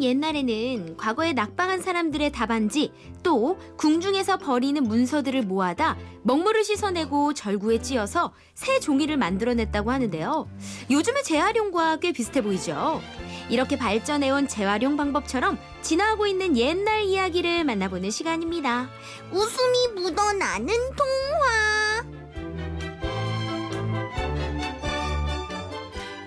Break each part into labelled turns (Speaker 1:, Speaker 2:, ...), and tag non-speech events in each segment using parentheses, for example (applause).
Speaker 1: 옛날에는 과거에 낙방한 사람들의 답안지 또 궁중에서 버리는 문서들을 모아다 먹물을 씻어내고 절구에 찧어서 새 종이를 만들어냈다고 하는데요. 요즘의 재활용과 꽤 비슷해 보이죠. 이렇게 발전해온 재활용 방법처럼 진화하고 있는 옛날 이야기를 만나보는 시간입니다.
Speaker 2: 웃음이 묻어나는 통화.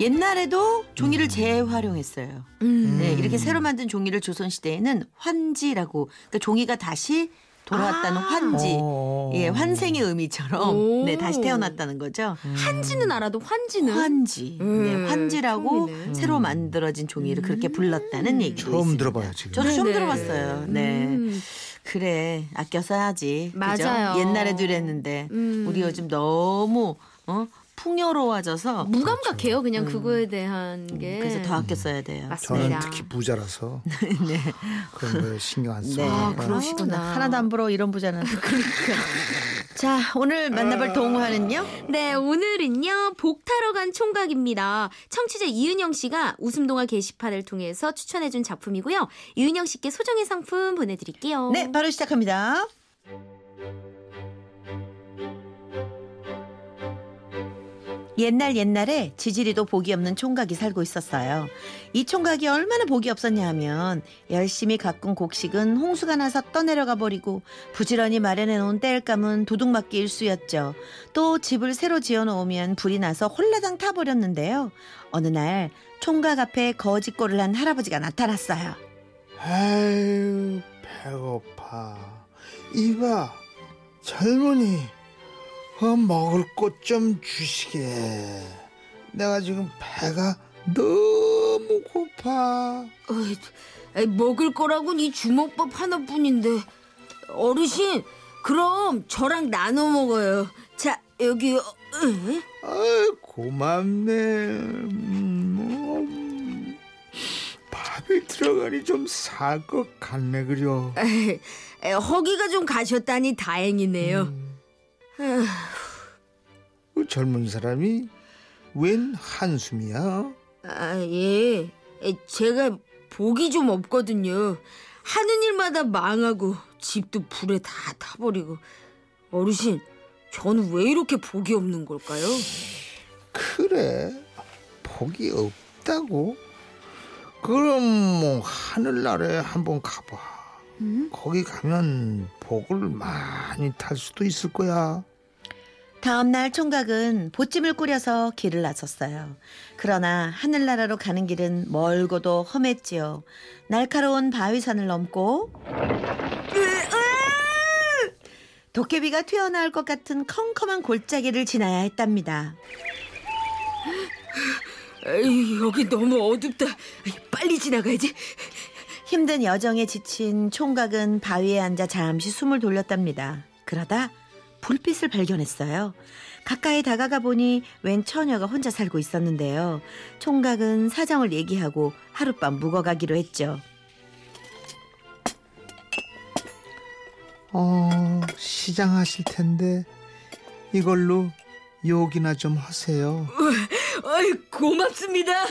Speaker 3: 옛날에도
Speaker 4: 음.
Speaker 3: 종이를 재활용했어요.
Speaker 1: 음.
Speaker 3: 네, 이렇게 새로 만든 종이를 조선 시대에는 환지라고 그러니까 종이가 다시 돌아왔다는
Speaker 1: 아.
Speaker 3: 환지.
Speaker 4: 어.
Speaker 3: 예, 환생의 의미처럼
Speaker 1: 오.
Speaker 3: 네, 다시 태어났다는 거죠.
Speaker 1: 한지는 알아도 환지는
Speaker 3: 환지.
Speaker 1: 음,
Speaker 3: 네, 환지라고
Speaker 1: 처음이네. 음.
Speaker 3: 새로 만들어진 종이를 그렇게 불렀다는 얘기.
Speaker 4: 처음 들어봐요 지금.
Speaker 3: 저도 처음
Speaker 1: 네, 네.
Speaker 3: 들어봤어요. 네.
Speaker 1: 음.
Speaker 3: 그래. 아껴 써야지. 그죠?
Speaker 1: 맞아요.
Speaker 3: 옛날에도 이랬는데
Speaker 1: 음.
Speaker 3: 우리 요즘 너무 어? 풍요로워져서
Speaker 1: 네. 무감각해요 아, 그냥 그렇죠. 음. 그거에 대한 게
Speaker 3: 그래서 더 아껴 써야 돼요.
Speaker 1: 맞습니다.
Speaker 4: 저는 특히
Speaker 3: (laughs)
Speaker 4: 부자라서 그런 걸 신경 안 써.
Speaker 3: 네.
Speaker 1: 아,
Speaker 4: 요
Speaker 1: 그러시구나.
Speaker 3: 하나도 안 부러워
Speaker 1: (laughs)
Speaker 3: 이런 부자는. 그러니까. 자, 오늘 만나볼 동화는요?
Speaker 1: 네, 오늘은요, 복타러 간 총각입니다. 청취자 이은영 씨가 웃음동화 게시판을 통해서 추천해준 작품이고요. 이은영 씨께 소정의 상품 보내드릴게요.
Speaker 3: 네, 바로 시작합니다. 옛날 옛날에 지지리도 복이 없는 총각이 살고 있었어요. 이 총각이 얼마나 복이 없었냐 하면 열심히 가꾼 곡식은 홍수가 나서 떠내려가 버리고 부지런히 마련해 놓은 땔감은 도둑맞기 일쑤였죠. 또 집을 새로 지어 놓으면 불이 나서 홀라당 타버렸는데요. 어느 날 총각 앞에 거짓골을 한 할아버지가 나타났어요.
Speaker 4: 아유 배고파. 이봐 젊은이 어, 먹을 것 좀 주시게. 내가 지금 배가 너무 고파.
Speaker 1: 어이, 에이, 먹을 거라곤 이 주먹밥 하나뿐인데. 어르신, 그럼 저랑 나눠 먹어요. 자, 여기, 어, 으?
Speaker 4: 아이 고맙네. 음, 음. 밥이 들어가니 좀 살 것 같네 그려.
Speaker 1: 에이, 에, 허기가 좀 가셨다니 다행이네요.
Speaker 4: 그 젊은 사람이 웬 한숨이야?
Speaker 1: 아, 예. 에, 제가 복이 좀 없거든요. 하는 일마다 망하고 집도 불에 다 타버리고 어르신, 저는 왜 이렇게 복이 없는 걸까요?
Speaker 4: 그래 복이 없다고? 그럼 뭐 하늘나라에 한번 가봐. 거기 가면 복을 많이 탈 수도 있을 거야.
Speaker 3: 다음 날 총각은 보찜을 꾸려서 길을 나섰어요. 그러나 하늘나라로 가는 길은 멀고도 험했지요. 날카로운 바위산을 넘고 도깨비가 튀어나올 것 같은 컴컴한 골짜기를 지나야 했답니다.
Speaker 1: 에이, 여기 너무 어둡다. 빨리 지나가야지.
Speaker 3: 힘든 여정에 지친 총각은 바위에 앉아 잠시 숨을 돌렸답니다. 그러다 불빛을 발견했어요. 가까이 다가가 보니 웬 처녀가 혼자 살고 있었는데요. 총각은 사정을 얘기하고 하룻밤 묵어가기로 했죠.
Speaker 4: 어 시장하실 텐데 이걸로 욕이나 좀 하세요.
Speaker 1: 어이, 고맙습니다.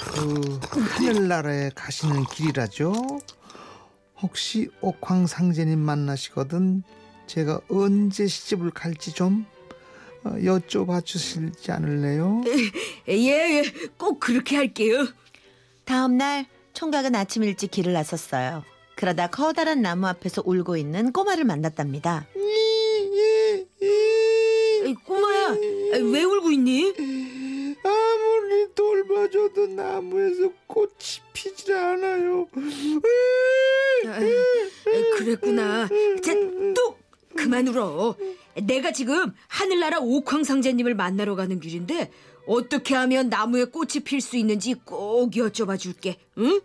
Speaker 4: 그 하늘나라에 가시는 길이라죠. 혹시 옥황상제님 만나시거든 제가 언제 시집을 갈지 좀 어, 여쭤봐 주실지
Speaker 1: (laughs)
Speaker 4: 않을래요?
Speaker 1: 예, 예, 꼭 그렇게 할게요.
Speaker 3: 다음 날 총각은 아침 일찍 길을 나섰어요. 그러다 커다란 나무 앞에서 울고 있는 꼬마를 만났답니다.
Speaker 1: 에이, 꼬마야, 에이, 아, 왜 울고 있니?
Speaker 4: 아무리 돌봐줘도 나무에서 꽃이 피질 않아요.
Speaker 1: 에이, 에이, 그랬구나. 자, 뚝! 그만 울어. 내가 지금 하늘나라 옥황상제님을 만나러 가는 길인데 어떻게 하면 나무에 꽃이 필 수 있는지 꼭 여쭤봐 줄게. 응?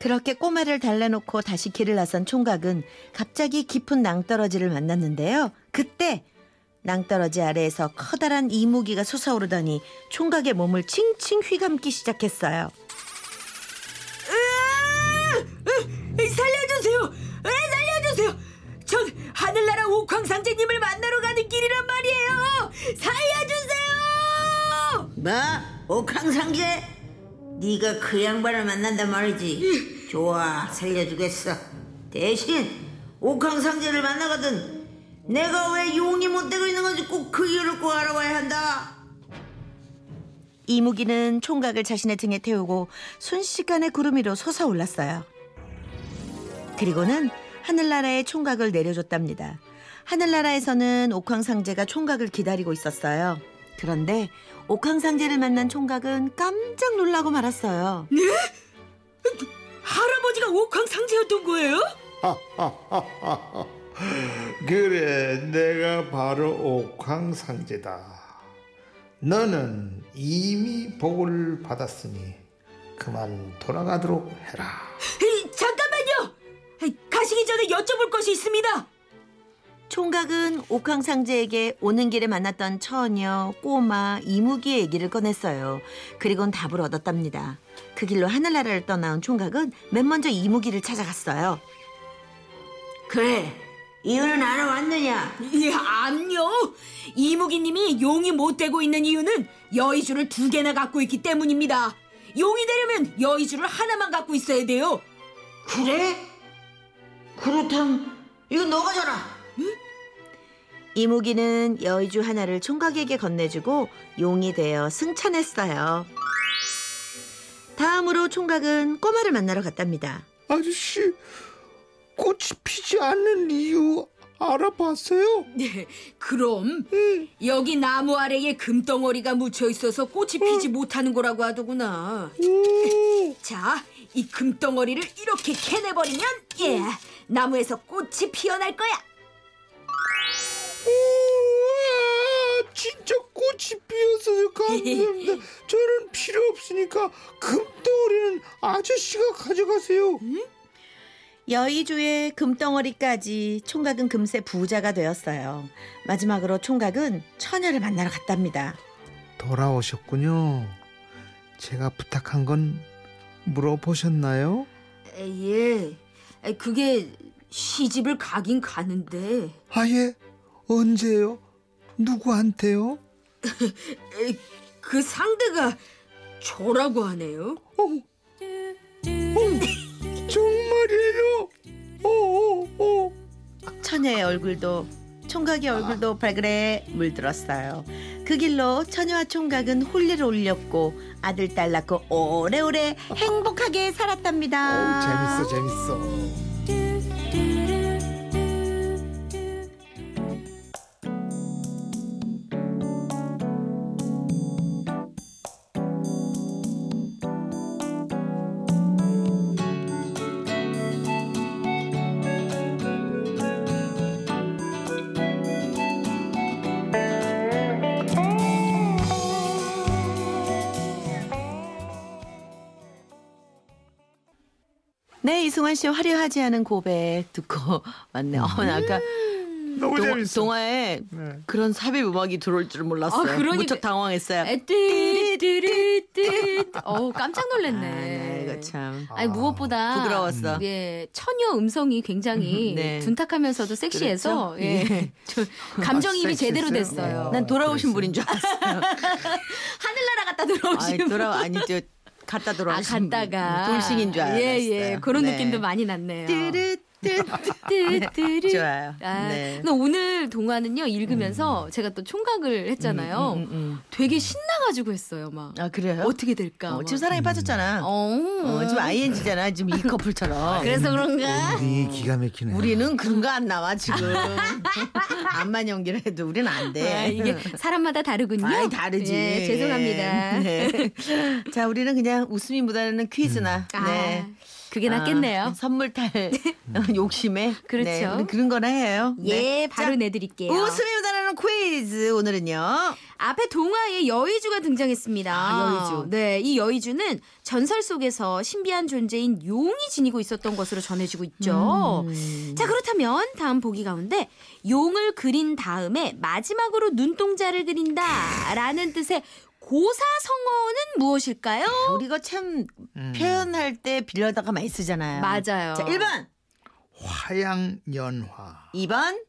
Speaker 3: 그렇게 꼬마를 달래놓고 다시 길을 나선 총각은 갑자기 깊은 낭떠러지를 만났는데요. 그때 낭떠러지 아래에서 커다란 이무기가 솟아오르더니 총각의 몸을 칭칭 휘감기 시작했어요.
Speaker 1: 에이, 살려주세요. 에이, 살려주세요. 전 하늘나라 옥황상제님을 만나러 가는 길이란 말이에요. 살려주세요.
Speaker 5: 뭐? 옥황상제? 네가 그 양반을 만난단 말이지. 좋아, 살려주겠어. 대신 옥황상제를 만나거든. 내가 왜 용이 못 되고 있는 건지 꼭 그 이유를 꼭 알아봐야 한다.
Speaker 3: 이무기는 총각을 자신의 등에 태우고 순식간에 구름 위로 솟아올랐어요. 그리고는 하늘나라에 총각을 내려줬답니다. 하늘나라에서는 옥황상제가 총각을 기다리고 있었어요. 그런데 옥황상제를 만난 총각은 깜짝 놀라고 말았어요.
Speaker 6: 할아버지가 옥황상제였던 거예요?
Speaker 7: (laughs) 그래, 내가 바로 옥황상제다. 너는 이미 복을 받았으니 그만 돌아가도록 해라.
Speaker 6: 에이, 잠깐만요. 에이, 가시기 전에 여쭤볼 것이 있습니다.
Speaker 3: 총각은 옥황상제에게 오는 길에 만났던 처녀, 꼬마, 이무기의 얘기를 꺼냈어요. 그리고는 답을 얻었답니다. 그 길로 하늘나라를 떠나온 총각은 맨 먼저 이무기를 찾아갔어요.
Speaker 5: 그래, 이유는 알아왔느냐?
Speaker 6: 예, 안요. 이무기님이 용이 못 되고 있는 이유는 여의주를 두 개나 갖고 있기 때문입니다. 용이 되려면 여의주를 하나만 갖고 있어야 돼요.
Speaker 5: 그래? 그렇담, 이거 너가 져라.
Speaker 3: 이무기는 여의주 하나를 총각에게 건네주고 용이 되어 승천했어요. 다음으로 총각은 꼬마를 만나러 갔답니다.
Speaker 7: 아저씨, 꽃이 피지 않는 이유 알아봤어요?
Speaker 6: 네, 그럼 여기 나무 아래에 금덩어리가 묻혀 있어서 꽃이 피지 못하는 거라고 하더구나. 자, 이 금덩어리를 이렇게 캐내버리면 예, 나무에서 꽃이 피어날 거야.
Speaker 7: 우와, 아, 진짜 꽃이 피었어요. 감사합니다. 저는 필요 없으니까 금덩어리는 아저씨가 가져가세요.
Speaker 3: 여의주의 금덩어리까지 총각은 금세 부자가 되었어요. 마지막으로 총각은 처녀를 만나러 갔답니다.
Speaker 4: 돌아오셨군요. 제가 부탁한 건 물어보셨나요?
Speaker 6: 예, 그게 시집을 가긴 가는데
Speaker 4: 아예 언제요? 누구한테요?
Speaker 6: 그 상대가 저라고 하네요.
Speaker 4: 어?
Speaker 7: 정말이에요. 어, 어, 어.
Speaker 3: 처녀의 얼굴도 총각의 얼굴도 발그레 물들었어요. 그 길로 처녀와 총각은 홀리를 올렸고 아들 딸 낳고 오래오래 행복하게 살았답니다.
Speaker 4: 재밌어 재밌어.
Speaker 3: 네, 이승환 씨의 화려하지 않은 고백 듣고 왔네요.
Speaker 4: 음.
Speaker 3: 어머나, 아까
Speaker 7: 너무
Speaker 3: 동화,
Speaker 7: 재밌어.
Speaker 3: 동화에
Speaker 7: 네.
Speaker 3: 그런 삽입 음악이 들어올 줄 몰랐어요.
Speaker 1: 아, 그러니까-
Speaker 3: 무척 당황했어요.
Speaker 1: 띠리띠리띠. 어우 깜짝
Speaker 3: 아,
Speaker 1: 놀랐네.
Speaker 3: 이거 참
Speaker 1: 아니 무엇보다
Speaker 3: 부끄러웠어.
Speaker 1: 예, 처녀 음성이 굉장히
Speaker 3: (laughs) 네.
Speaker 1: 둔탁하면서 섹시해서
Speaker 3: 그렇죠?
Speaker 1: 예, (laughs)
Speaker 3: 예. 네.
Speaker 1: 저 감정이입이 제대로 됐어요.
Speaker 4: 섹시했어요?
Speaker 3: 난 돌아오신
Speaker 4: 그랬어요?
Speaker 3: 분인 줄 알았어요.
Speaker 1: 하늘나라 갔다
Speaker 3: 아이,
Speaker 1: 들어오신 분.
Speaker 3: 돌아 아니 저 갔다
Speaker 1: 아
Speaker 3: 돌아오신 분.
Speaker 1: 갔다가
Speaker 3: 돌싱인 줄 알았어요.
Speaker 1: 예예 그런
Speaker 3: 네.
Speaker 1: 느낌도 많이 났네요.
Speaker 3: 뚜루뚜
Speaker 1: 뚜뚜뚜루.
Speaker 3: 좋아요.
Speaker 1: 아,
Speaker 3: 네.
Speaker 1: 근데 오늘 동화는요 읽으면서 제가 또 총각을 했잖아요.
Speaker 3: 음, 음.
Speaker 1: 되게 신나가지고 했어요 막
Speaker 3: 아 그래요?
Speaker 1: 어떻게 될까.
Speaker 3: 어,
Speaker 1: 막.
Speaker 3: 지금 사랑에 빠졌잖아. 어,
Speaker 1: 음. 어.
Speaker 3: 지금 ING잖아. 지금 이 커플처럼.
Speaker 1: 그래서
Speaker 3: 음.
Speaker 1: 그런가?
Speaker 4: 엔딩이 아, 기가 막히네.
Speaker 3: 우리는 그런 거 안 나와 지금. (laughs) 암만 연기를 해도 우리는 안 돼.
Speaker 1: 아, 이게 사람마다 다르군요.
Speaker 3: 아이, 다르지.
Speaker 1: 예, 죄송합니다.
Speaker 3: 네. 자, 우리는 그냥 웃음이 묻어나는 퀴즈나.
Speaker 1: 아,
Speaker 3: 네.
Speaker 1: 그게 (laughs) 낫겠네요.
Speaker 3: 아, 선물 탈 어, 욕심에.
Speaker 1: 그렇죠.
Speaker 3: 네, 우리 그런 거나 해요. 네.
Speaker 1: 예, 바로 내드릴게요.
Speaker 3: 웃음이 묻어나는 퀴즈 오늘은요.
Speaker 1: 앞에 동화에 여의주가 등장했습니다.
Speaker 3: 아, 여의주.
Speaker 1: 네, 이 여의주는 전설 속에서 신비한 존재인 용이 지니고 있었던 것으로 전해지고 있죠.
Speaker 3: 음.
Speaker 1: 자, 그렇다면 다음 보기 가운데 용을 그린 다음에 마지막으로 눈동자를 그린다라는 뜻의 고사성어는 무엇일까요?
Speaker 3: 우리가 참
Speaker 4: 음.
Speaker 3: 표현할 때 빌려다가 많이 쓰잖아요.
Speaker 1: 맞아요.
Speaker 3: 자, 1번,
Speaker 4: 화양연화,
Speaker 3: 2번.
Speaker 1: 음.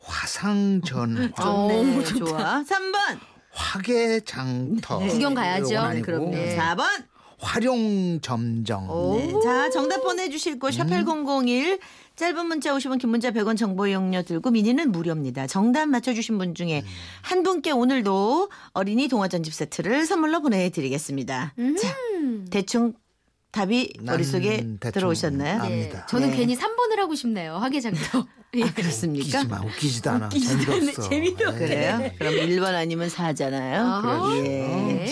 Speaker 4: 화상전화,
Speaker 1: 어,
Speaker 3: 좋네. 좋아. 3번.
Speaker 4: 화개장터.
Speaker 1: 네. 구경 가야죠.
Speaker 4: 이건 아니고.
Speaker 3: 그럼요.
Speaker 1: 네.
Speaker 3: 4번.
Speaker 4: 활용 점정.
Speaker 3: 네, 자, 정답 보내주실 곳,
Speaker 4: 음.
Speaker 3: 샵8001. 짧은 문자 50원, 긴 문자 100원 정보 이용료 들고 미니는 무료입니다. 정답 맞춰주신 분 중에
Speaker 4: 음.
Speaker 3: 한 분께 오늘도 어린이 동화전집 세트를 선물로 보내드리겠습니다.
Speaker 1: 음.
Speaker 3: 자, 대충 답이
Speaker 4: 난
Speaker 3: 머릿속에
Speaker 4: 대충
Speaker 3: 들어오셨나요?
Speaker 4: 아,
Speaker 1: 네,
Speaker 4: 압니다.
Speaker 1: 저는
Speaker 3: 네.
Speaker 1: 괜히 3번을 하고 싶네요. 화개장터. 예.
Speaker 3: 아, 그렇습니까?
Speaker 4: 웃기지 마, 웃기지도 않아.
Speaker 1: 웃기지도 않네,
Speaker 4: 재미없어.
Speaker 1: 재미도
Speaker 4: 네.
Speaker 3: 그래요? 그럼 1번 아니면 4잖아요.
Speaker 1: 아하.
Speaker 3: 예.
Speaker 1: 네.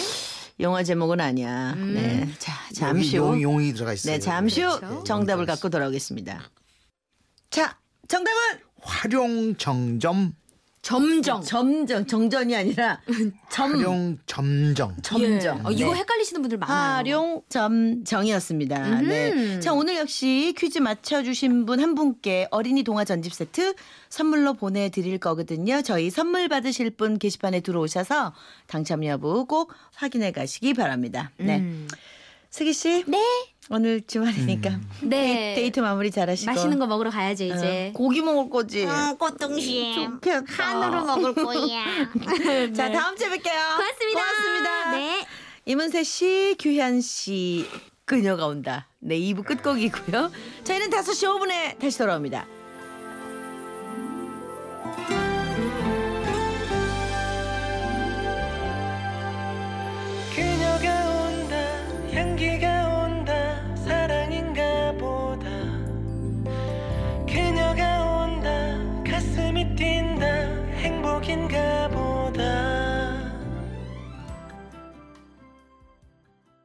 Speaker 3: 영화 제목은 아니야.
Speaker 1: 음.
Speaker 3: 네. 자, 잠시 후.
Speaker 4: 여기 용, 이 들어가 있어요.
Speaker 3: 네, 잠시 후
Speaker 4: 그렇죠.
Speaker 3: 정답을
Speaker 4: 용이 들어가
Speaker 3: 갖고 돌아오겠습니다. 자, 정답은
Speaker 4: 있어요. 활용
Speaker 3: 음.
Speaker 4: 정점,
Speaker 1: 점정.
Speaker 3: 점정
Speaker 1: (laughs)
Speaker 3: 정전이 아니라 점
Speaker 4: 활용 점정.
Speaker 3: 점정.
Speaker 1: 예. 어, 이거
Speaker 3: 네.
Speaker 1: 헷갈리시는 분들 많아요.
Speaker 3: 활용 점정이었습니다. 네. 자, 오늘 역시 퀴즈 맞춰 주신 분 한 분께 어린이 동화 전집 세트 선물로 보내 드릴 거거든요. 저희 선물 받으실 분 게시판에 들어오셔서 당첨 여부 꼭 확인해 가시기 바랍니다. 네.
Speaker 1: 음.
Speaker 3: 슬기 씨. 네. 오늘 주말이니까
Speaker 2: 음.
Speaker 1: 네.
Speaker 3: 데이트 마무리 잘하시고 어,
Speaker 1: 맛있는 거 먹으러 가야죠, 이제.
Speaker 3: 고기 먹을 거지.
Speaker 2: 응, 어, 꽃등심. 어.
Speaker 3: 좋겠다.
Speaker 2: 한우로 먹을 거야.
Speaker 3: (laughs) 자, 다음 주에 뵐게요.
Speaker 1: 네. 고맙습니다.
Speaker 3: 고맙습니다.
Speaker 1: 네.
Speaker 3: 이문세 씨, 규현 씨, 그녀가 온다. 네, 2부 끝곡이고요. 저희는 5시 5분에 다시 돌아옵니다.